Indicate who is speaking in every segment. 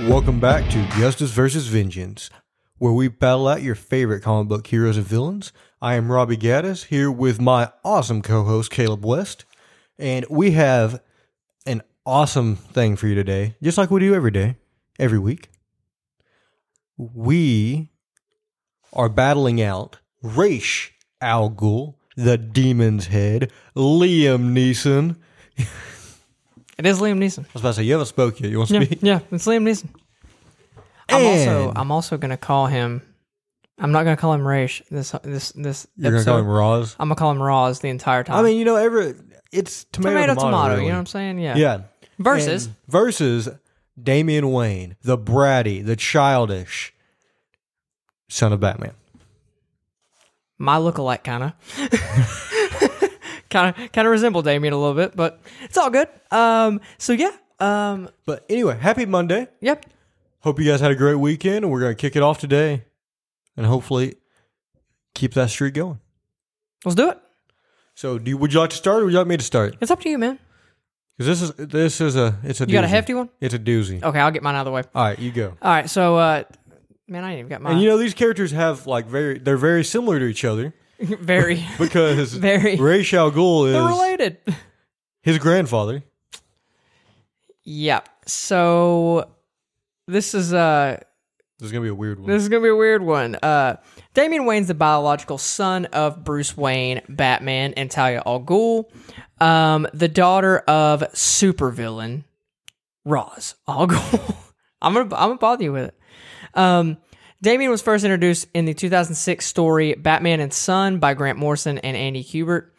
Speaker 1: Welcome back to Justice versus Vengeance, where we battle out your favorite comic book heroes and villains. I am Robbie Gaddis here with my awesome co-host Caleb West, and we have an awesome thing for you today, just like we do every day, every week. We are battling out Raish Al Ghul, the Demon's Head, Liam Neeson. I
Speaker 2: It is Liam Neeson.
Speaker 1: was about to say you haven't spoke yet. You want to
Speaker 2: Yeah,
Speaker 1: speak?
Speaker 2: yeah, it's Liam Neeson. I'm also
Speaker 1: And-
Speaker 2: I'm also gonna call him. I'm not gonna call him Raish this this this
Speaker 1: You're gonna
Speaker 2: episode.
Speaker 1: call him Roz.
Speaker 2: I'm gonna call him Roz the entire time.
Speaker 1: I mean, you know, every it's tomato,
Speaker 2: tomato, tomato.
Speaker 1: really.
Speaker 2: You know what I'm saying? Yeah.
Speaker 1: Yeah.
Speaker 2: Versus
Speaker 1: And versus Damian Wayne, the bratty, the childish son of Batman.
Speaker 2: my lookalike, kind of, kind of, kind of resemble Damien a little bit, but it's all good. Um. So yeah. Um.
Speaker 1: But anyway, happy Monday.
Speaker 2: Yep.
Speaker 1: Hope you guys had a great weekend. and We're gonna kick it off today, and hopefully keep that streak going.
Speaker 2: Let's do it.
Speaker 1: So, do you, would you like to start, or would you like me to start?
Speaker 2: It's up to you, man.
Speaker 1: Because this is this is a it's a
Speaker 2: You got a
Speaker 1: doozy.
Speaker 2: hefty one? Oh.
Speaker 1: It's a doozy.
Speaker 2: Okay, I'll get mine out of the way.
Speaker 1: All right, you go.
Speaker 2: All right. So, uh, man, I ain't even got
Speaker 1: And
Speaker 2: mine.
Speaker 1: you know these characters have like very they're very similar to each other
Speaker 2: very,
Speaker 1: because
Speaker 2: Very.
Speaker 1: Ray Shal Ghul is
Speaker 2: they're related.
Speaker 1: his grandfather.
Speaker 2: Yeah. So this is uh
Speaker 1: This is gonna be a weird one.
Speaker 2: this is gonna be a weird one. Uh Damian Wayne's the biological son of Bruce Wayne, Batman, and Talia al Ghul, um, the daughter of supervillain Roz al Ghul. I'm gonna I'm gonna bother you with it. Um, Damien was first introduced in the 2006 story Batman and Son by Grant Morrison and Andy Kubert.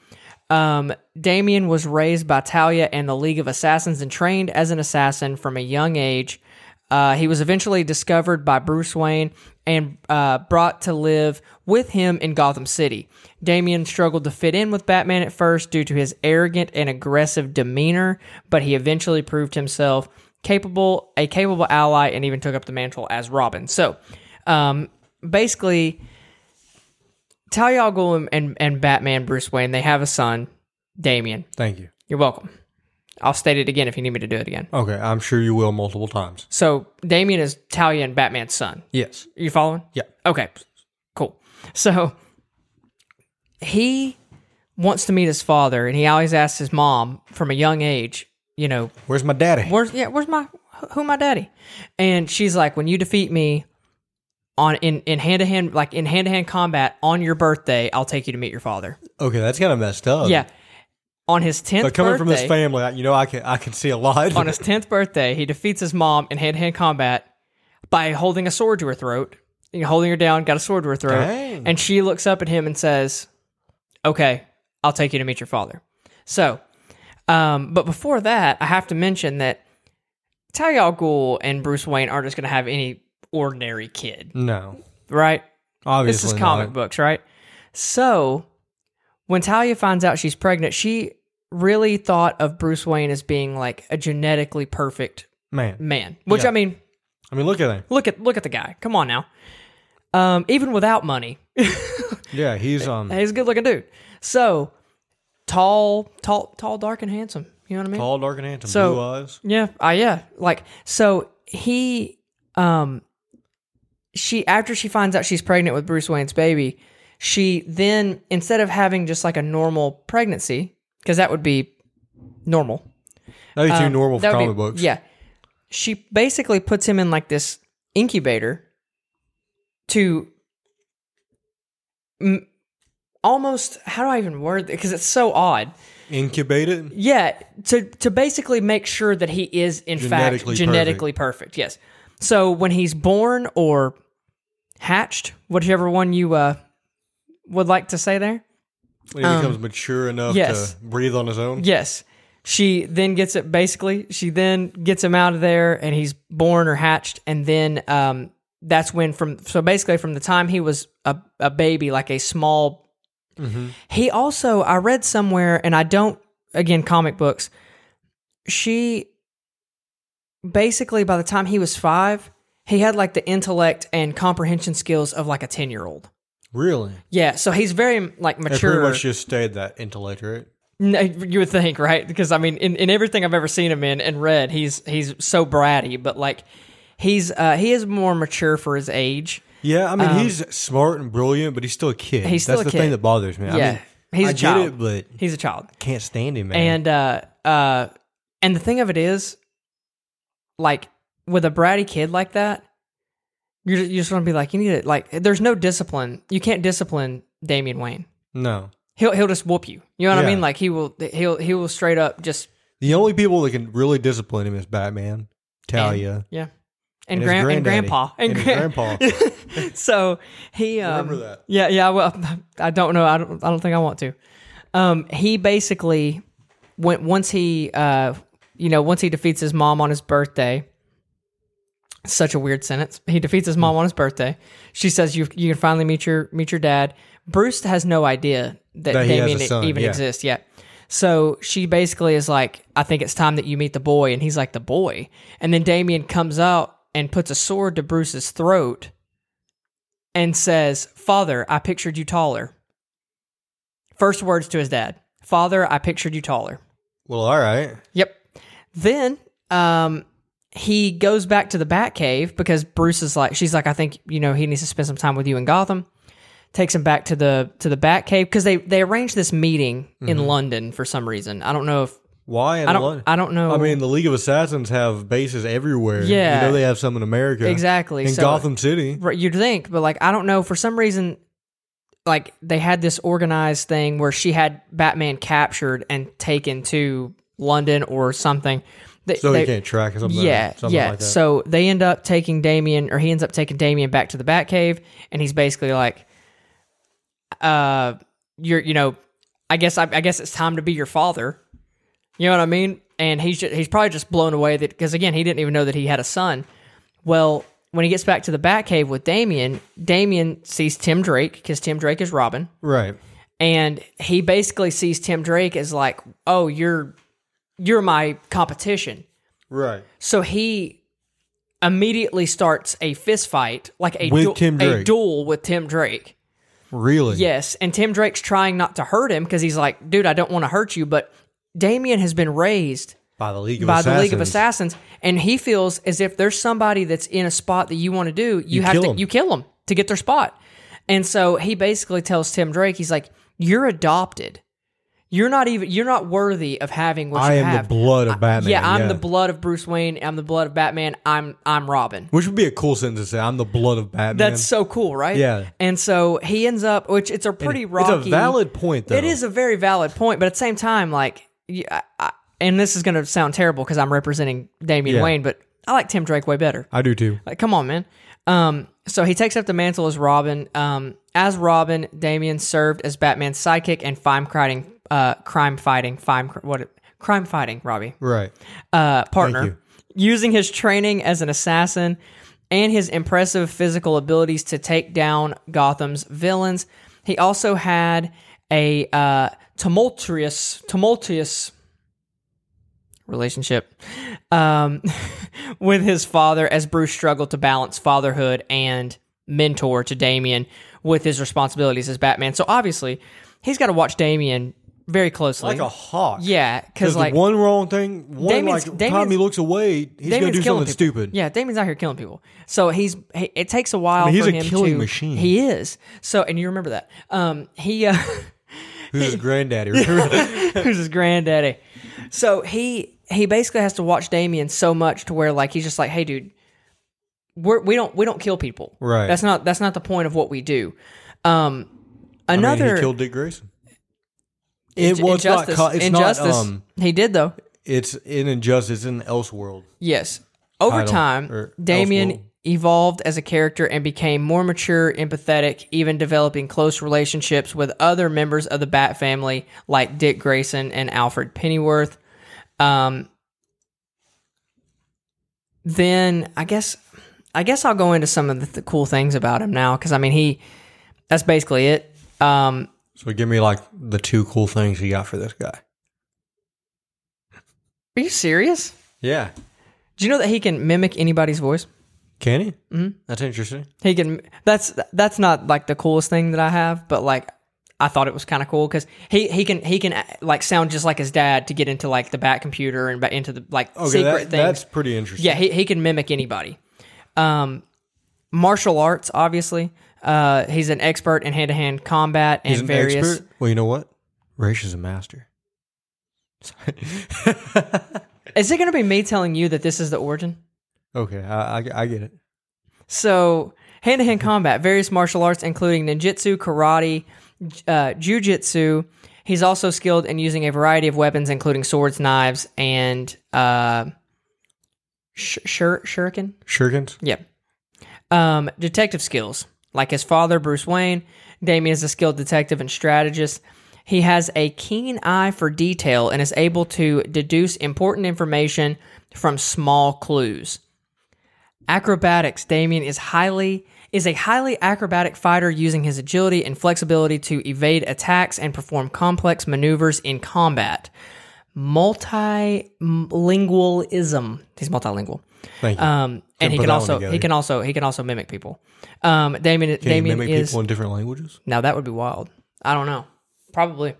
Speaker 2: Um, Damien was raised by Talia and the League of Assassins and trained as an assassin from a young age. Uh, he was eventually discovered by Bruce Wayne and uh, brought to live with him in Gotham City. Damien struggled to fit in with Batman at first due to his arrogant and aggressive demeanor, but he eventually proved himself capable, a capable ally, and even took up the mantle as Robin. So, um, basically, Talia al Ghul and, and, and Batman Bruce Wayne, they have a son, Damien.
Speaker 1: Thank you.
Speaker 2: You're welcome. I'll state it again if you need me to do it again.
Speaker 1: Okay, I'm sure you will multiple times.
Speaker 2: So Damien is Talia and Batman's son.
Speaker 1: Yes.
Speaker 2: You following?
Speaker 1: Yeah.
Speaker 2: Okay. Cool. So he wants to meet his father and he always asks his mom from a young age, you know,
Speaker 1: Where's my daddy?
Speaker 2: where's yeah, where's my who my daddy? And she's like, when you defeat me on in in hand to hand like in hand to hand combat on your birthday, I'll take you to meet your father.
Speaker 1: Okay, that's kind of messed up.
Speaker 2: Yeah. On his tenth
Speaker 1: But coming
Speaker 2: birthday,
Speaker 1: from this family, I- you know, I can I can see a lot.
Speaker 2: on his tenth birthday, he defeats his mom in hand-to-hand combat by holding a sword to her throat. You know, holding her down, got a sword to her throat,
Speaker 1: Dang.
Speaker 2: and she looks up at him and says, "Okay, I'll take you to meet your father." So, um, but before that, I have to mention that Talia al Ghul and Bruce Wayne aren't just going to have any ordinary kid,
Speaker 1: no,
Speaker 2: right?
Speaker 1: obviously
Speaker 2: This
Speaker 1: not.
Speaker 2: is comic books, right? So when Talia finds out she's pregnant, she really thought of Bruce Wayne as being like a genetically perfect
Speaker 1: man.
Speaker 2: man. Which
Speaker 1: Yeah.
Speaker 2: I mean,
Speaker 1: I mean, look at him.
Speaker 2: look at look at the guy. Come on now. Um, even without money,
Speaker 1: Yeah, he's um
Speaker 2: he's a good looking dude. So tall, tall, tall, dark, and handsome. You know what I mean?
Speaker 1: tall, dark, and handsome,
Speaker 2: So-
Speaker 1: blue eyes.
Speaker 2: Yeah, uh, yeah. Like so he um she after she finds out she's pregnant with Bruce Wayne's baby, she then instead of having just like a normal pregnancy, because that would be normal.
Speaker 1: That'd be too normal for
Speaker 2: um, that would be-
Speaker 1: comic books.
Speaker 2: Yeah. She basically puts him in like this incubator to m- almost how do I even word it? Because it's so odd.
Speaker 1: Incubate it.
Speaker 2: Yeah, to to basically make sure that he is in
Speaker 1: Genetically
Speaker 2: fact genetically perfect. Yes. So when he's born or hatched, whichever one you uh, would like to say there,
Speaker 1: When he becomes mature enough
Speaker 2: Um, yes.
Speaker 1: to breathe on his own.
Speaker 2: yes, she then gets it. Basically, she then gets him out of there, and he's born or hatched, and then um, that's when from so basically from the time he was a a baby, like a small
Speaker 1: Mm-hmm.
Speaker 2: He also, I read somewhere, and I don't, again, comic books. She basically, by the time he was five, he had like the intellect and comprehension skills of like a 10 year old.
Speaker 1: Really?
Speaker 2: Yeah. So he's very like
Speaker 1: It
Speaker 2: mature.
Speaker 1: pretty much just stayed that intellect, right?
Speaker 2: N- uh, you would think, right? Because I mean, in, in everything I've ever seen him in and read, he's he's so bratty, but like He's uh, he is more mature for his age.
Speaker 1: Yeah, I mean he's smart and brilliant, but he's still a kid.
Speaker 2: Um, he's still
Speaker 1: That's
Speaker 2: a
Speaker 1: the thing
Speaker 2: kid.
Speaker 1: that bothers me. I
Speaker 2: Yeah.
Speaker 1: mean,
Speaker 2: He's
Speaker 1: I
Speaker 2: a
Speaker 1: get
Speaker 2: child.
Speaker 1: it, but
Speaker 2: He's a child.
Speaker 1: can't stand him, man.
Speaker 2: And uh uh and the thing of it is, like with a bratty kid like that, you're just, you're just gonna be like, you need to like there's no discipline. You can't discipline Damian Wayne.
Speaker 1: no,
Speaker 2: He'll he'll just whoop you. You know what I
Speaker 1: Yeah.
Speaker 2: mean? Like he will he'll he will straight up just
Speaker 1: the only people that can really discipline him is Batman, Talia,
Speaker 2: and- yeah. And,
Speaker 1: his
Speaker 2: gran- and
Speaker 1: granddaddy,
Speaker 2: grandpa.
Speaker 1: and his
Speaker 2: gran-
Speaker 1: grandpa.
Speaker 2: so he um,
Speaker 1: Remember that.
Speaker 2: Yeah, yeah. Well, I don't know. I don't. I don't think I want to. Um, he basically went once he, uh, you know, once he defeats his mom on his birthday. Such a weird sentence. He defeats his mom on his birthday. She says, "You you can finally meet your meet your dad." Bruce has no idea that,
Speaker 1: That he has a
Speaker 2: Damien
Speaker 1: son,
Speaker 2: even
Speaker 1: yeah.
Speaker 2: exists yet. So she basically is like, "I think it's time that you meet the boy," and he's like, "The boy." And then Damien comes out and puts a sword to Bruce's throat and says, Father, I pictured you taller. First words to his dad Father, I pictured you taller.
Speaker 1: well, all right.
Speaker 2: Yep. Then um, he goes back to the Batcave because Bruce is like, she's like, I think, you know, he needs to spend some time with you in Gotham. Takes him back to the to the Batcave because they they arranged this meeting in London for some reason. I don't know if
Speaker 1: Why? Mm-hmm. In
Speaker 2: I don't
Speaker 1: London?
Speaker 2: I don't know.
Speaker 1: I mean, the League of Assassins have bases everywhere.
Speaker 2: Yeah.
Speaker 1: you know they have some in America,
Speaker 2: Exactly,
Speaker 1: in
Speaker 2: so-
Speaker 1: Gotham City.
Speaker 2: Right, you'd think, but like I don't know. For some reason, like they had this organized thing where she had Batman captured and taken to London or something. They,
Speaker 1: So
Speaker 2: they-
Speaker 1: he can't track or something.
Speaker 2: yeah,
Speaker 1: something
Speaker 2: yeah.
Speaker 1: Like that.
Speaker 2: So they end up taking Damien, or he ends up taking Damien back to the Batcave, and he's basically like, "Uh, you're, you know, I guess, I, I guess it's time to be your father." You know what I mean? And he's just, he's probably just blown away that because again, he didn't even know that he had a son. Well, when he gets back to the Batcave with Damien, Damien sees Tim Drake because Tim Drake is Robin
Speaker 1: right.
Speaker 2: and he basically sees Tim Drake as like, "Oh, you're you're my competition."
Speaker 1: Right.
Speaker 2: So he immediately starts a fist fight, like a,
Speaker 1: With
Speaker 2: du-
Speaker 1: Tim
Speaker 2: a
Speaker 1: Drake.
Speaker 2: duel with Tim Drake.
Speaker 1: Really?
Speaker 2: Yes, and Tim Drake's trying not to hurt him because he's like, dude, I don't want to hurt you, but Damien has been raised
Speaker 1: By the League of
Speaker 2: by
Speaker 1: Assassins.
Speaker 2: the League of Assassins, and he feels as if there's somebody that's in a spot that you want to do, you, have
Speaker 1: kill
Speaker 2: to
Speaker 1: 'em.
Speaker 2: you kill them to get their spot. And so he basically tells Tim Drake, he's like, "You're adopted. You're not even. You're not worthy of having what
Speaker 1: I
Speaker 2: you
Speaker 1: am
Speaker 2: have."
Speaker 1: the blood of Batman.
Speaker 2: yeah, I'm the blood of Bruce Wayne. I'm the blood of Batman. I'm I'm Robin.
Speaker 1: Which would be a cool sentence to say. I'm the blood of Batman.
Speaker 2: That's so cool, right?
Speaker 1: Yeah.
Speaker 2: And so he ends up, which it's a pretty rocky.
Speaker 1: It's a valid point, though.
Speaker 2: It is a very valid point, but at the same time, like, y- I, I- and this is going to sound terrible because I'm representing Damian
Speaker 1: Yeah.
Speaker 2: Wayne, but I like Tim Drake way better.
Speaker 1: I do too.
Speaker 2: Like, come on, man. Um, so he takes up the mantle as Robin. Um, as Robin, Damien served as Batman's sidekick and crime fighting, uh, crime fighting, crime, what, crime fighting, Robbie
Speaker 1: Right.
Speaker 2: uh, partner, using his training as an assassin and his impressive physical abilities to take down Gotham's villains. He also had a uh, tumultuous, tumultuous relationship um, with his father as Bruce struggled to balance fatherhood and mentor to Damien with his responsibilities as Batman. So obviously, he's got to watch Damien very closely.
Speaker 1: Like a hawk.
Speaker 2: yeah, because
Speaker 1: Because
Speaker 2: like
Speaker 1: one wrong thing, one
Speaker 2: Damien's-
Speaker 1: like
Speaker 2: Damien's-
Speaker 1: time he looks away, he's gonna
Speaker 2: Damon's
Speaker 1: do
Speaker 2: killing
Speaker 1: something
Speaker 2: people.
Speaker 1: stupid.
Speaker 2: Yeah, Damon's out here killing people. So he's he, it takes a while.
Speaker 1: mean, he's
Speaker 2: for
Speaker 1: a
Speaker 2: him
Speaker 1: killing
Speaker 2: to-
Speaker 1: machine.
Speaker 2: He is. So and you remember that. Um, he uh,
Speaker 1: Who's his granddaddy? Remember?
Speaker 2: who's his granddaddy. So he he basically has to watch Damien so much to where like he's just like, hey, dude, we're, we don't we don't kill people.
Speaker 1: Right.
Speaker 2: That's not that's not the point of what we do. Um, another
Speaker 1: he killed Dick Grayson. It
Speaker 2: Inj-
Speaker 1: was not.
Speaker 2: injustice.
Speaker 1: co- It's
Speaker 2: injustice.
Speaker 1: not. Um,
Speaker 2: he did though.
Speaker 1: it's in injustice in Elseworld.
Speaker 2: Yes. Over
Speaker 1: title,
Speaker 2: time,
Speaker 1: or
Speaker 2: Damien
Speaker 1: Elseworld.
Speaker 2: evolved as a character and became more mature, empathetic, even developing close relationships with other members of the Bat family like Dick Grayson and Alfred Pennyworth. Um, then I guess I guess I'll go into some of the th- cool things about him now because I mean he that's basically it. Um,
Speaker 1: So give me like the two cool things you got for this guy.
Speaker 2: are you serious?
Speaker 1: Yeah.
Speaker 2: Do you know that he can mimic anybody's voice?
Speaker 1: Can he? Mm-hmm. That's interesting.
Speaker 2: He can. That's that's not like the coolest thing that I have, but like I thought it was kind of cool because he he can he can uh, like sound just like his dad to get into like the back computer and back into the like
Speaker 1: Okay,
Speaker 2: secret
Speaker 1: that,
Speaker 2: things.
Speaker 1: that's pretty interesting.
Speaker 2: yeah, he he can mimic anybody. Um, martial arts, obviously. Uh, he's an expert in hand to hand combat and
Speaker 1: He's an
Speaker 2: various.
Speaker 1: expert. Well, you know what? Raish is a master.
Speaker 2: Is it going to be me telling you that this is the origin?
Speaker 1: Okay, I, I, I get it.
Speaker 2: So, hand to hand combat, various martial arts, including ninjutsu, karate, j- uh, jujitsu. He's also skilled in using a variety of weapons, including swords, knives, and uh, sh- shur- shuriken.
Speaker 1: Shurikens?
Speaker 2: Yep. Um, detective skills. Like his father, Bruce Wayne, Damien is a skilled detective and strategist. He has a keen eye for detail and is able to deduce important information from small clues. Acrobatics. Damien is highly is a highly acrobatic fighter using his agility and flexibility to evade attacks and perform complex maneuvers in combat. Multilingualism. He's multilingual.
Speaker 1: Thank you.
Speaker 2: Um, and he
Speaker 1: put
Speaker 2: can
Speaker 1: that one
Speaker 2: also
Speaker 1: together.
Speaker 2: he can also he can also mimic people. Um, Damien
Speaker 1: Can you
Speaker 2: Damien
Speaker 1: mimic
Speaker 2: is
Speaker 1: people in different languages?
Speaker 2: now that would be wild. I don't know. Probably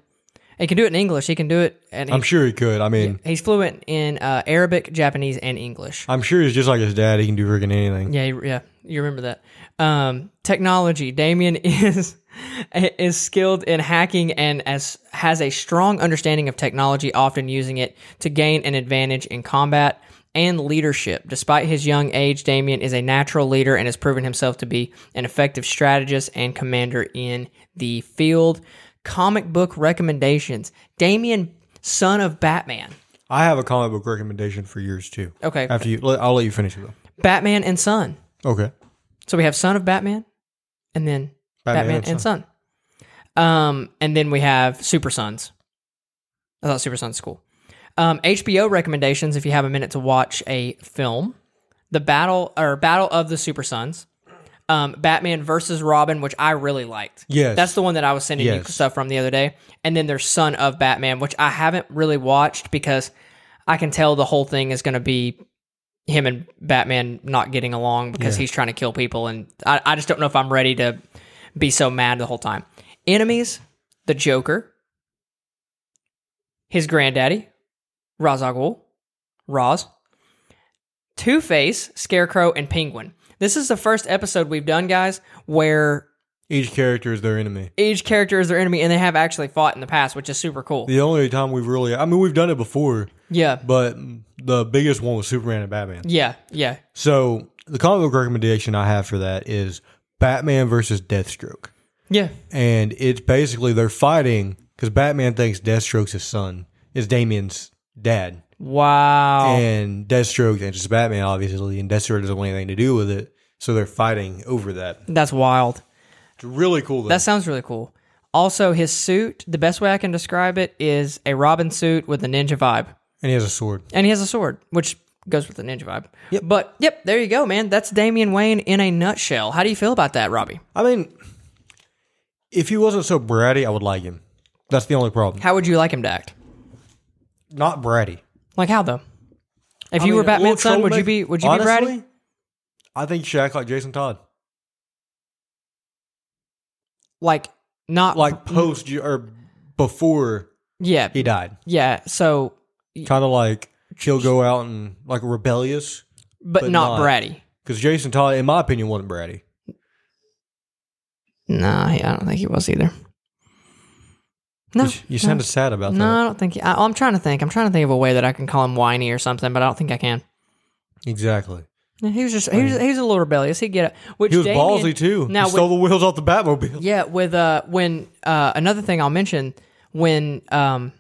Speaker 2: he can do it in English. He can do it, and
Speaker 1: I'm
Speaker 2: he,
Speaker 1: sure he could. I mean,
Speaker 2: he's fluent in uh, Arabic, Japanese, and English.
Speaker 1: I'm sure he's just like his dad. He can do freaking anything.
Speaker 2: Yeah, you- yeah, you remember that. Um, technology. Damien is is skilled in hacking and as has a strong understanding of technology, often using it to gain an advantage in combat and leadership. Despite his young age, Damien is a natural leader and has proven himself to be an effective strategist and commander in the field. Comic book recommendations. Damien, son of Batman.
Speaker 1: I have a comic book recommendation for yours too.
Speaker 2: Okay.
Speaker 1: After you, let- I'll let you finish it though.
Speaker 2: Batman and Son.
Speaker 1: Okay.
Speaker 2: So we have Son of Batman, and then Batman, and Son. Um, and then we have Super Sons. I thought Super Sons was cool. Um, HBO recommendations if you have a minute to watch a film, the battle or Battle of the Super Sons, um, Batman versus Robin, which I really liked.
Speaker 1: Yes.
Speaker 2: that's the one that I was sending you
Speaker 1: Yes.
Speaker 2: stuff from the other day, and then there's Son of Batman, which I haven't really watched because I can tell the whole thing is going to be him and Batman not getting along because he's trying to kill people, and I, I just don't know if I'm ready to be so mad the whole time. Enemies, the Joker, his granddaddy, Ra's al Ghul, Roz, Two Face, Scarecrow, and Penguin. This is the first episode we've done, guys, where
Speaker 1: Each character is their enemy.
Speaker 2: each character is their enemy and they have actually fought in the past, which is super cool.
Speaker 1: The only time we've really, I mean, we've done it before,
Speaker 2: Yeah.
Speaker 1: but the biggest one was Superman and Batman.
Speaker 2: Yeah. Yeah.
Speaker 1: So the comic book recommendation I have for that is Batman versus Deathstroke.
Speaker 2: Yeah.
Speaker 1: and it's basically they're fighting because Batman thinks Deathstroke's his son, is Damien's dad,
Speaker 2: Wow.
Speaker 1: and Deathstroke thinks it's Batman, obviously, and Deathstroke doesn't want anything to do with it, so they're fighting over that.
Speaker 2: That's wild.
Speaker 1: It's really cool. Though.
Speaker 2: That sounds really cool. Also, his suit, the best way I can describe it is a Robin suit with a ninja vibe.
Speaker 1: and he has a sword.
Speaker 2: And he has a sword, which goes with the ninja vibe. Yep. But, yep, there you go, man. That's Damian Wayne in a nutshell. How do you feel about that, Robbie?
Speaker 1: I mean, if he wasn't so bratty, I would like him. That's the only problem.
Speaker 2: How would you like him to act?
Speaker 1: Not bratty.
Speaker 2: Like how though? If
Speaker 1: I mean,
Speaker 2: you were
Speaker 1: a little
Speaker 2: Batman's son, would you
Speaker 1: troublemaker-
Speaker 2: be would you be
Speaker 1: honestly,
Speaker 2: bratty?
Speaker 1: I think you should act like Jason Todd,
Speaker 2: Like not
Speaker 1: like post or before
Speaker 2: yeah
Speaker 1: he died.
Speaker 2: yeah. So
Speaker 1: Kind of like he'll go out and like rebellious.
Speaker 2: but,
Speaker 1: But
Speaker 2: not,
Speaker 1: not-
Speaker 2: bratty.
Speaker 1: Because Jason Todd, in my opinion, wasn't bratty.
Speaker 2: Nah, I don't think he was either. No,
Speaker 1: You, you sounded sad about
Speaker 2: no, I don't think. He, I, I'm trying to think. I'm trying to think of a way that I can call him whiny or something, but I don't think I can.
Speaker 1: that. Exactly.
Speaker 2: Yeah, He was just he was, he was a little rebellious. He get it. Which
Speaker 1: He was
Speaker 2: Damien-
Speaker 1: ballsy too.
Speaker 2: Now
Speaker 1: he stole the wheels off the Batmobile.
Speaker 2: Yeah, with uh when uh another thing I'll mention when um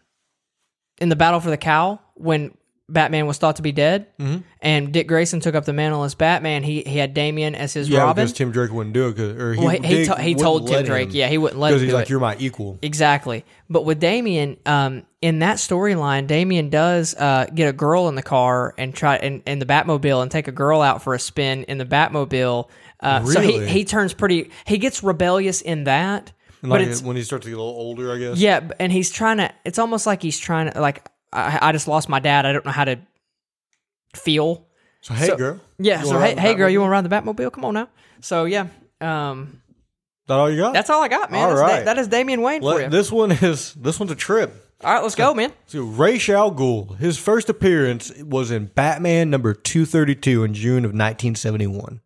Speaker 2: in the battle for the cow when Batman was thought to be dead
Speaker 1: Mm-hmm.
Speaker 2: and Dick Grayson took up the mantle as Batman, he he had Damien as his
Speaker 1: Yeah,
Speaker 2: Robin.
Speaker 1: because Tim Drake wouldn't do it. 'cause- or he,
Speaker 2: Well, he, he,
Speaker 1: Dick
Speaker 2: to- he
Speaker 1: wouldn't
Speaker 2: told Tim
Speaker 1: let
Speaker 2: Drake,
Speaker 1: him,
Speaker 2: yeah, he wouldn't let him
Speaker 1: because he's
Speaker 2: do
Speaker 1: like,
Speaker 2: it.
Speaker 1: "You're my equal."
Speaker 2: Exactly. But with Damien, um, in that storyline, Damien does uh, get a girl in the car and try in, in the Batmobile and take a girl out for a spin in the Batmobile. Uh, So he,
Speaker 1: Really?
Speaker 2: he turns pretty. He gets rebellious in that,
Speaker 1: And
Speaker 2: but
Speaker 1: like
Speaker 2: it's
Speaker 1: when he starts to get a little older, I guess.
Speaker 2: yeah, b- and he's trying to. It's almost like he's trying to like. I, I just lost my dad. I don't know how to feel.
Speaker 1: So hey,
Speaker 2: So-
Speaker 1: girl.
Speaker 2: Yeah.
Speaker 1: You
Speaker 2: So
Speaker 1: wanna
Speaker 2: hey,
Speaker 1: ride the
Speaker 2: hey, girl,
Speaker 1: Batmobile?
Speaker 2: you want to ride the Batmobile? Come on now. So yeah, um,
Speaker 1: That all you got?
Speaker 2: that's all I got, man.
Speaker 1: All
Speaker 2: That's Da-
Speaker 1: right.
Speaker 2: that is Damien Wayne
Speaker 1: Let-
Speaker 2: for you.
Speaker 1: This one is this one's a trip.
Speaker 2: all right, let's go, man.
Speaker 1: So Ra's al Ghul, his first appearance was in Batman number two thirty two in June of nineteen seventy one.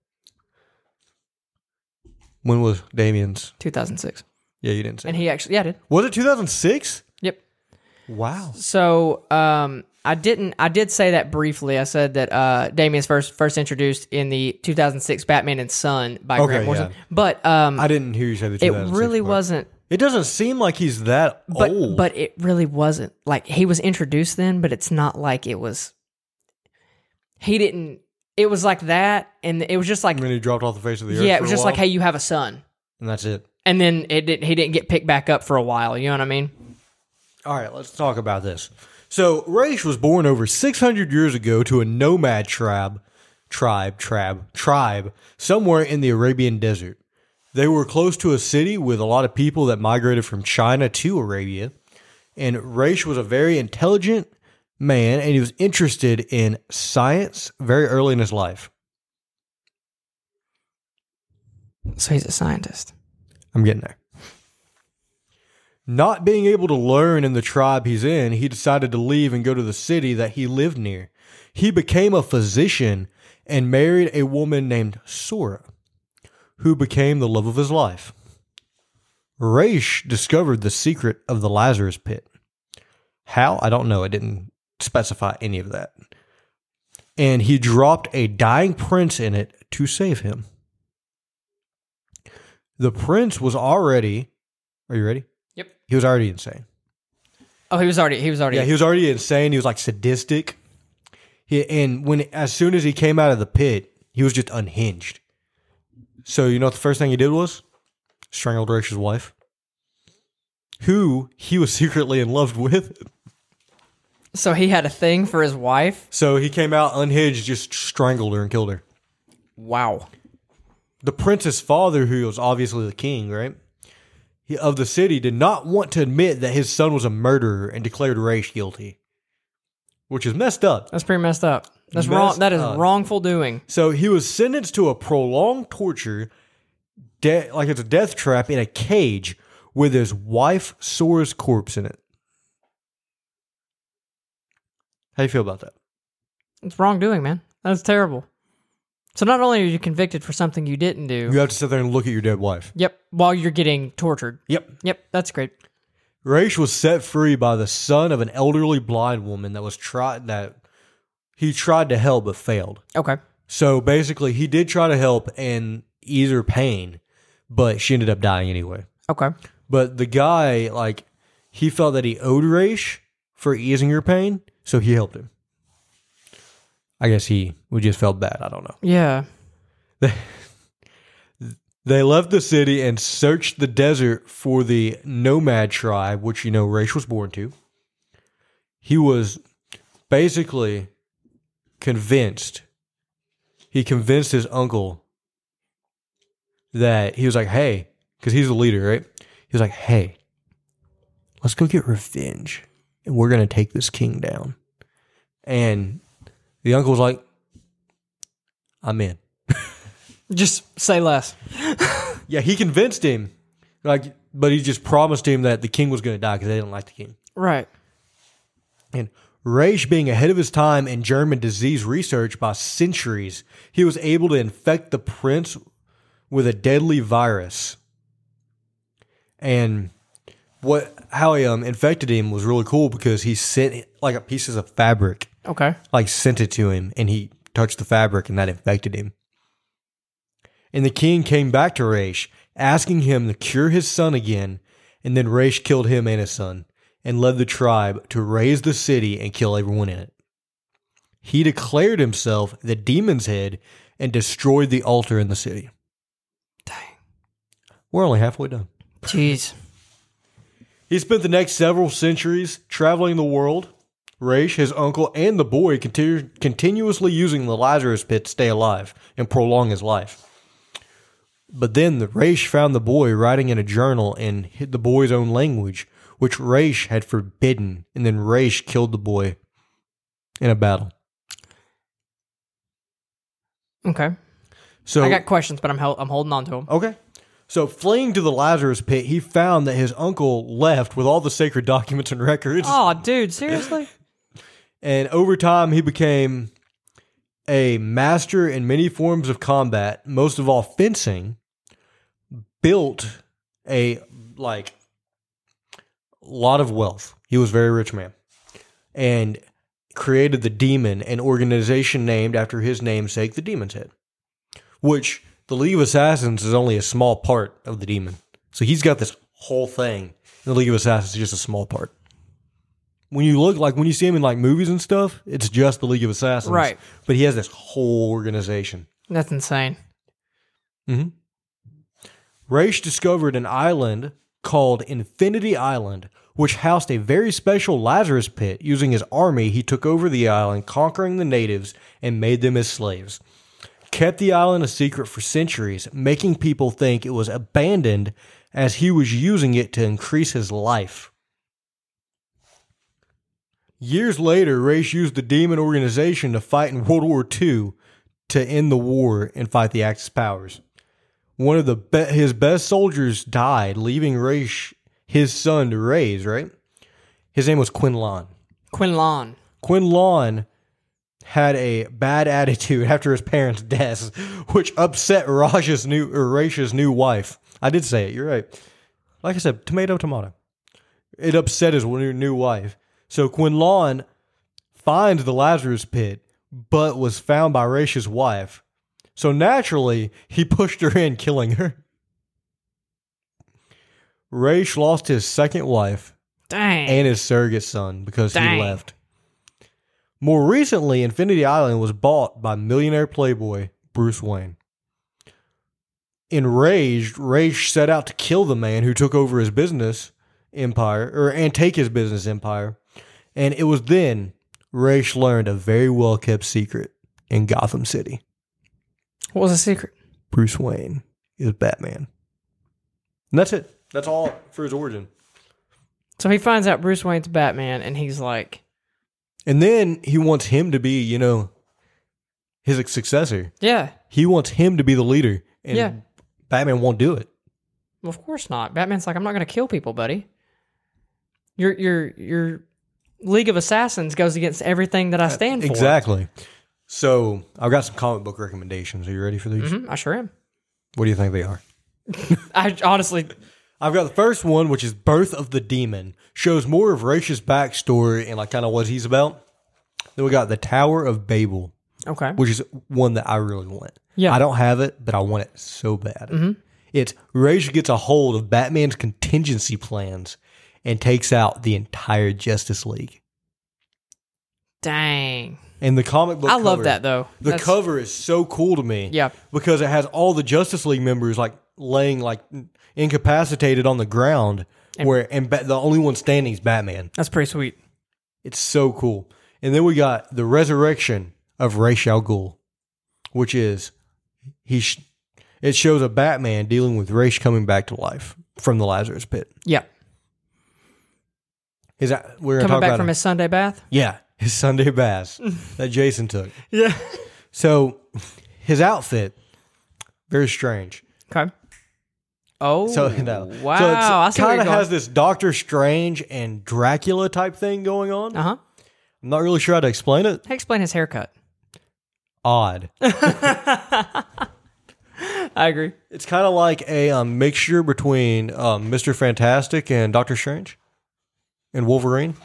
Speaker 1: When was Damien's?
Speaker 2: 2006.
Speaker 1: Yeah, you didn't say.
Speaker 2: And he actually, yeah, I did.
Speaker 1: was it 2006?
Speaker 2: Yep.
Speaker 1: Wow.
Speaker 2: So um, I didn't. I did say that briefly. I said that uh, Damien's first first introduced in the 2006 Batman and Son by
Speaker 1: Okay,
Speaker 2: Grant Morrison,
Speaker 1: yeah.
Speaker 2: but um,
Speaker 1: I didn't hear you say the
Speaker 2: it
Speaker 1: 2006
Speaker 2: really
Speaker 1: part.
Speaker 2: wasn't.
Speaker 1: It doesn't seem like he's that
Speaker 2: But
Speaker 1: old.
Speaker 2: but it really wasn't. Like he was introduced then, but it's not like it was. He didn't. It was like that, and it was just like
Speaker 1: and then he dropped off the face of the earth.
Speaker 2: yeah, it
Speaker 1: for
Speaker 2: was
Speaker 1: a
Speaker 2: just like
Speaker 1: while,
Speaker 2: hey, you have a son,
Speaker 1: and that's it.
Speaker 2: and then it didn't. He didn't get picked back up for a while. You know what I mean?
Speaker 1: All right, let's talk about this. So, Raish was born over 600 years ago to a nomad tribe, tribe, tribe, tribe, somewhere in the Arabian desert. They were close to a city with a lot of people that migrated from China to Arabia. And Raish was a very intelligent man, and he was interested in science very early in his life.
Speaker 2: So he's a scientist.
Speaker 1: I'm getting there. Not being able to learn in the tribe he's in, he decided to leave and go to the city that he lived near. He became a physician and married a woman named Sora, who became the love of his life. Raish discovered the secret of the Lazarus pit. How? I don't know. It didn't specify any of that. And he dropped a dying prince in it to save him. The prince was already. Are you ready?
Speaker 2: Yep.
Speaker 1: He was already insane.
Speaker 2: Oh, he was already. He was already.
Speaker 1: Yeah, he was already insane. He was like sadistic. He and when as soon as he came out of the pit, he was just unhinged. So you know what the first thing he did was strangled Rachel's wife, who he was secretly in love with.
Speaker 2: so he had a thing for his wife.
Speaker 1: So he came out unhinged, just strangled her and killed her.
Speaker 2: Wow.
Speaker 1: the prince's father, who was obviously the king, right, he, of the city, did not want to admit that his son was a murderer and declared Raish guilty, which is messed up.
Speaker 2: That's pretty messed up. That's wrong.
Speaker 1: Messed
Speaker 2: That is
Speaker 1: up.
Speaker 2: wrongful doing.
Speaker 1: So he was sentenced to a prolonged torture, de- like it's a death trap in a cage with his wife Sora's corpse in it. How do you feel about that?
Speaker 2: It's wrongdoing, man. That's terrible. So not only are you convicted for something you didn't do.
Speaker 1: You have to sit there and look at your dead wife.
Speaker 2: Yep. While you're getting tortured.
Speaker 1: Yep.
Speaker 2: Yep. That's great.
Speaker 1: Raish was set free by the son of an elderly blind woman that was tried that he tried to help but failed.
Speaker 2: Okay.
Speaker 1: So basically, he did try to help and ease her pain, but she ended up dying anyway.
Speaker 2: Okay.
Speaker 1: But the guy, like, he felt that he owed Raish for easing her pain, so he helped him. I guess he we just felt bad. I don't know.
Speaker 2: Yeah.
Speaker 1: They left the city and searched the desert for the nomad tribe, which you know Raish was born to. He was basically convinced. He convinced his uncle that he was like, hey, because he's the leader, right? He was like, hey, let's go get revenge and we're going to take this king down. And the uncle was like, I'm in.
Speaker 2: Just say less.
Speaker 1: Yeah, he convinced him, like, but he just promised him that the king was going to die because they didn't like the king.
Speaker 2: Right.
Speaker 1: And Raish, being ahead of his time in German disease research by centuries, he was able to infect the prince with a deadly virus. And what how he um, infected him was really cool because he sent like a pieces of fabric,
Speaker 2: Okay.
Speaker 1: like sent it to him, and he touched the fabric, and that infected him. And the king came back to Raish, asking him to cure his son again. And then Raish killed him and his son, and led the tribe to raise the city and kill everyone in it. He declared himself the demon's head and destroyed the altar in the city.
Speaker 2: Dang.
Speaker 1: We're only halfway done.
Speaker 2: Jeez.
Speaker 1: He spent the next several centuries traveling the world. Raish, his uncle, and the boy continu- continuously using the Lazarus pit to stay alive and prolong his life. But then the Raish found the boy writing in a journal in hi- the boy's own language, which Raish had forbidden, and then Raish killed the boy in a battle.
Speaker 2: Okay.
Speaker 1: So
Speaker 2: I got questions, but I'm hel- I'm holding on to them.
Speaker 1: Okay. So fleeing to the Lazarus pit, he found that his uncle left with all the sacred documents and records.
Speaker 2: Oh, dude, seriously?
Speaker 1: And over time, he became a master in many forms of combat, most of all fencing. built a like lot of wealth. He was a very rich man, and created the demon, an organization named after his namesake, the Demon's Head, which the League of Assassins is only a small part of the demon. So he's got this whole thing. and The League of Assassins is just a small part. When you look like when you see him in like movies and stuff, it's just the League of Assassins,
Speaker 2: Right.
Speaker 1: But he has this whole organization.
Speaker 2: That's insane.
Speaker 1: Raish discovered an island called Infinity Island, which housed a very special Lazarus pit. Using his army, he took over the island, conquering the natives, and made them his slaves. Kept the island a secret for centuries, making people think it was abandoned as he was using it to increase his life. Years later, Raish used the demon organization to fight in World War II to end the war and fight the Axis powers one of the be- his best soldiers died, leaving Raish his son to raise. Right, his name was Quinlan.
Speaker 2: Quinlan.
Speaker 1: Quinlan had a bad attitude after his parents' deaths, which upset Raj's new or Raish's new wife. I did say it. You're right. Like I said, tomato, tomato. It upset his new new wife. So Quinlan finds the Lazarus pit, but was found by Raish's wife. So naturally, he pushed her in, killing her. Raish lost his second wife
Speaker 2: Dang.
Speaker 1: and his surrogate son because
Speaker 2: Dang.
Speaker 1: he left. More recently, Infinity Island was bought by millionaire playboy Bruce Wayne. Enraged, Raish set out to kill the man who took over his business empire or and take his business empire. And it was then Raish learned a very well kept secret in Gotham City.
Speaker 2: what was the secret?
Speaker 1: Bruce Wayne is Batman. And that's it. That's all for his origin.
Speaker 2: So he finds out Bruce Wayne's Batman, and he's like,
Speaker 1: And then he wants him to be, you know, his successor.
Speaker 2: "Yeah,
Speaker 1: He wants him to be the leader. And
Speaker 2: Yeah.
Speaker 1: Batman won't do it.
Speaker 2: well, of course not." Batman's like, "I'm not going to kill people, buddy. Your your your League of Assassins goes against everything
Speaker 1: Uh,
Speaker 2: that I stand for."
Speaker 1: Exactly. So I've got some comic book recommendations. Are you ready for these?
Speaker 2: Mhm, I sure am.
Speaker 1: What do you think they are?
Speaker 2: I honestly,
Speaker 1: I've got the first one, which is Birth of the Demon. Shows more of Rach's backstory and like kind of what he's about. Then we got The Tower of Babel,
Speaker 2: okay.
Speaker 1: which is one that I really want.
Speaker 2: Yeah. Mm-hmm.
Speaker 1: I don't have it, but I want it so bad. It's Rage gets a hold of Batman's contingency plans and takes out the entire Justice League.
Speaker 2: Dang,
Speaker 1: And the comic book
Speaker 2: I love
Speaker 1: cover-
Speaker 2: that though.
Speaker 1: The
Speaker 2: That's-
Speaker 1: cover is so cool to me.
Speaker 2: Yeah.
Speaker 1: Because it has all the Justice League members like laying like incapacitated on the ground where and ba- the only one standing is Batman.
Speaker 2: That's pretty sweet.
Speaker 1: It's so cool. And then we got the resurrection of Ra's al Ghul, which is he. Sh- it shows a Batman dealing with Ra's coming back to life from the Lazarus pit.
Speaker 2: Yeah,
Speaker 1: Is that we're gonna
Speaker 2: coming
Speaker 1: talk
Speaker 2: back
Speaker 1: about
Speaker 2: from
Speaker 1: him.
Speaker 2: his Sunday bath.
Speaker 1: yeah his Sunday bass that Jason took.
Speaker 2: Yeah.
Speaker 1: So his outfit very strange.
Speaker 2: Okay. Oh,
Speaker 1: So no.
Speaker 2: wow!
Speaker 1: so
Speaker 2: I
Speaker 1: it's-
Speaker 2: see where
Speaker 1: kind
Speaker 2: you're
Speaker 1: of
Speaker 2: going.
Speaker 1: has this Doctor Strange and Dracula type thing going on.
Speaker 2: Uh huh.
Speaker 1: I'm not really sure how to explain it.
Speaker 2: Explain his haircut.
Speaker 1: Odd.
Speaker 2: I agree.
Speaker 1: It's kind of like a um, mixture between um, Mr. Fantastic and Doctor Strange and Wolverine.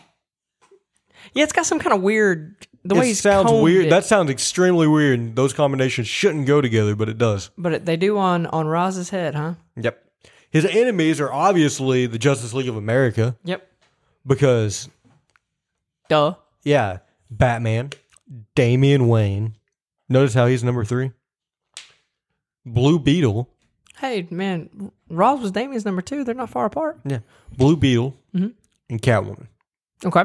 Speaker 2: Yeah, it's got some kind of weird. The way
Speaker 1: it
Speaker 2: he's
Speaker 1: sounds
Speaker 2: combed
Speaker 1: weird.
Speaker 2: it,
Speaker 1: That sounds extremely weird. and Those combinations shouldn't go together, but it does.
Speaker 2: but it, they do on on Roz's head, huh?
Speaker 1: Yep. His enemies are obviously the Justice League of America
Speaker 2: Yep.
Speaker 1: because,
Speaker 2: Duh.
Speaker 1: yeah, Batman, Damian Wayne. Notice how he's number three. Blue Beetle.
Speaker 2: Hey man, Roz was Damien's number two. They're not far apart.
Speaker 1: Yeah. Blue Beetle
Speaker 2: Mm-hmm.
Speaker 1: and Catwoman.
Speaker 2: Okay.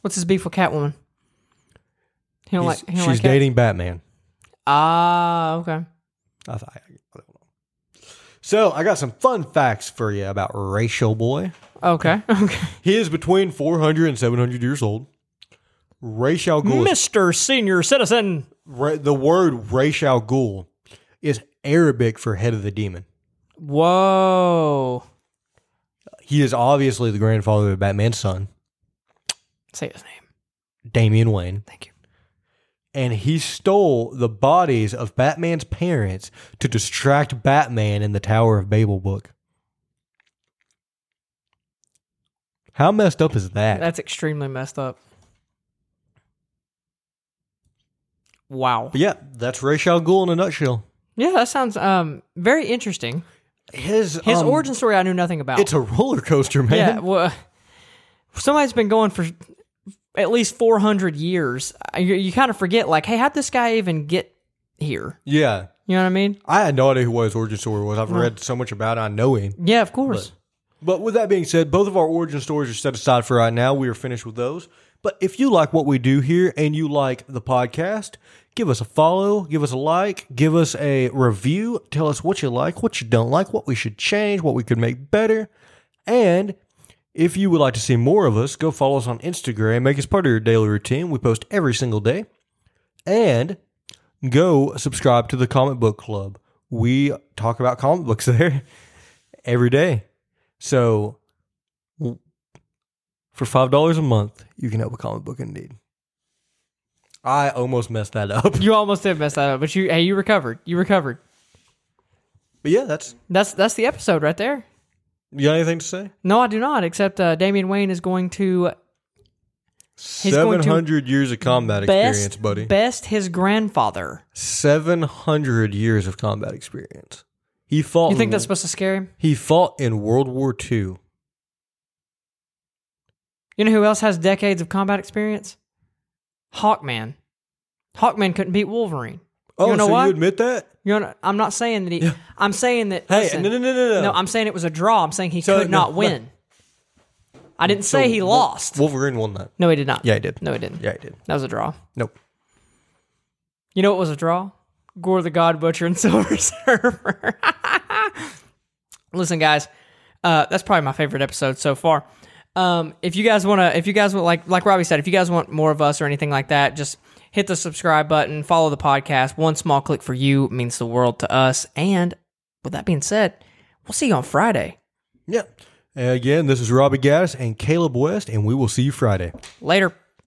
Speaker 2: What's his beef with Catwoman? He don't
Speaker 1: He's-
Speaker 2: like. He don't
Speaker 1: she's
Speaker 2: like cat-
Speaker 1: dating Batman.
Speaker 2: Ah, okay.
Speaker 1: I th- I, I don't know. So I got some fun facts for you about Racial Boy.
Speaker 2: Okay. Okay.
Speaker 1: He is between 400 and 700 years old. Racial Ghoul. Is,
Speaker 2: Mister Senior Citizen.
Speaker 1: ra- the word Racial Ghoul is Arabic for head of the demon.
Speaker 2: Whoa.
Speaker 1: He is obviously the grandfather of Batman's son,
Speaker 2: Say his name.
Speaker 1: Damian Wayne.
Speaker 2: Thank you.
Speaker 1: and he stole the bodies of Batman's parents to distract Batman in the Tower of Babel book. How messed up is that?
Speaker 2: That's extremely messed up. Wow.
Speaker 1: But yeah, that's Ra's al Ghul in a nutshell.
Speaker 2: Yeah, that sounds um very interesting.
Speaker 1: His
Speaker 2: His
Speaker 1: um,
Speaker 2: origin story I knew nothing about.
Speaker 1: It's a roller coaster, man.
Speaker 2: yeah, well, uh, somebody's been going for at least 400 years. uh, You, you kind of forget, like, hey, how'd this guy even get here?
Speaker 1: Yeah.
Speaker 2: You know what I mean?
Speaker 1: I had no idea who his origin story was. I've read so much about it. I know him.
Speaker 2: Yeah, of course.
Speaker 1: But with that being said, both of our origin stories are set aside for right now. We are finished with those. But if you like what we do here and you like the podcast, give us a follow, give us a like, give us a review. Tell us what you like, what you don't like, what we should change, what we could make better. And if you would like to see more of us, go follow us on Instagram. Make us part of your daily routine. We post every single day. And go subscribe to the comic book club. We talk about comic books there every day. So w- for five dollars a month, you can help a comic book indeed. I almost messed that up.
Speaker 2: You almost did mess that up, but you hey, you recovered. You recovered.
Speaker 1: But yeah, that's
Speaker 2: That's that's the episode right there.
Speaker 1: you got anything to say?
Speaker 2: No, I do not. Except uh, Damian Wayne is going to going
Speaker 1: Seven
Speaker 2: to
Speaker 1: hundred years of combat experience,
Speaker 2: best
Speaker 1: buddy.
Speaker 2: best his grandfather.
Speaker 1: Seven hundred years of combat experience. He fought
Speaker 2: You think
Speaker 1: in-
Speaker 2: that's supposed to scare him?
Speaker 1: he fought in World War II.
Speaker 2: You know who else has decades of combat experience? Hawkman. Hawkman couldn't beat Wolverine.
Speaker 1: Oh,
Speaker 2: you know
Speaker 1: so
Speaker 2: why?
Speaker 1: you admit that?
Speaker 2: You know, I'm not saying that he. I'm saying that.
Speaker 1: Hey,
Speaker 2: listen,
Speaker 1: no, no, no, no, no.
Speaker 2: I'm saying it was a draw. I'm saying he
Speaker 1: So,
Speaker 2: could
Speaker 1: no,
Speaker 2: not
Speaker 1: no.
Speaker 2: win. I didn't
Speaker 1: So
Speaker 2: say he
Speaker 1: Wol-
Speaker 2: lost.
Speaker 1: Wolverine won that.
Speaker 2: no, he did not.
Speaker 1: Yeah, he did.
Speaker 2: No, he didn't.
Speaker 1: Yeah, he did.
Speaker 2: That was a draw.
Speaker 1: Nope.
Speaker 2: You know what was a draw? Gore the God Butcher and Silver Surfer. Listen, guys, uh, that's probably my favorite episode so far. Um, if you guys want to, if you guys want, like like Robbie said, if you guys want more of us or anything like that, just hit the subscribe button, follow the podcast. One small click for you means the world to us. And with that being said, we'll see you on Friday.
Speaker 1: Yeah. Again, this is Robbie Gaddis and Caleb West, and we will see you Friday.
Speaker 2: Later.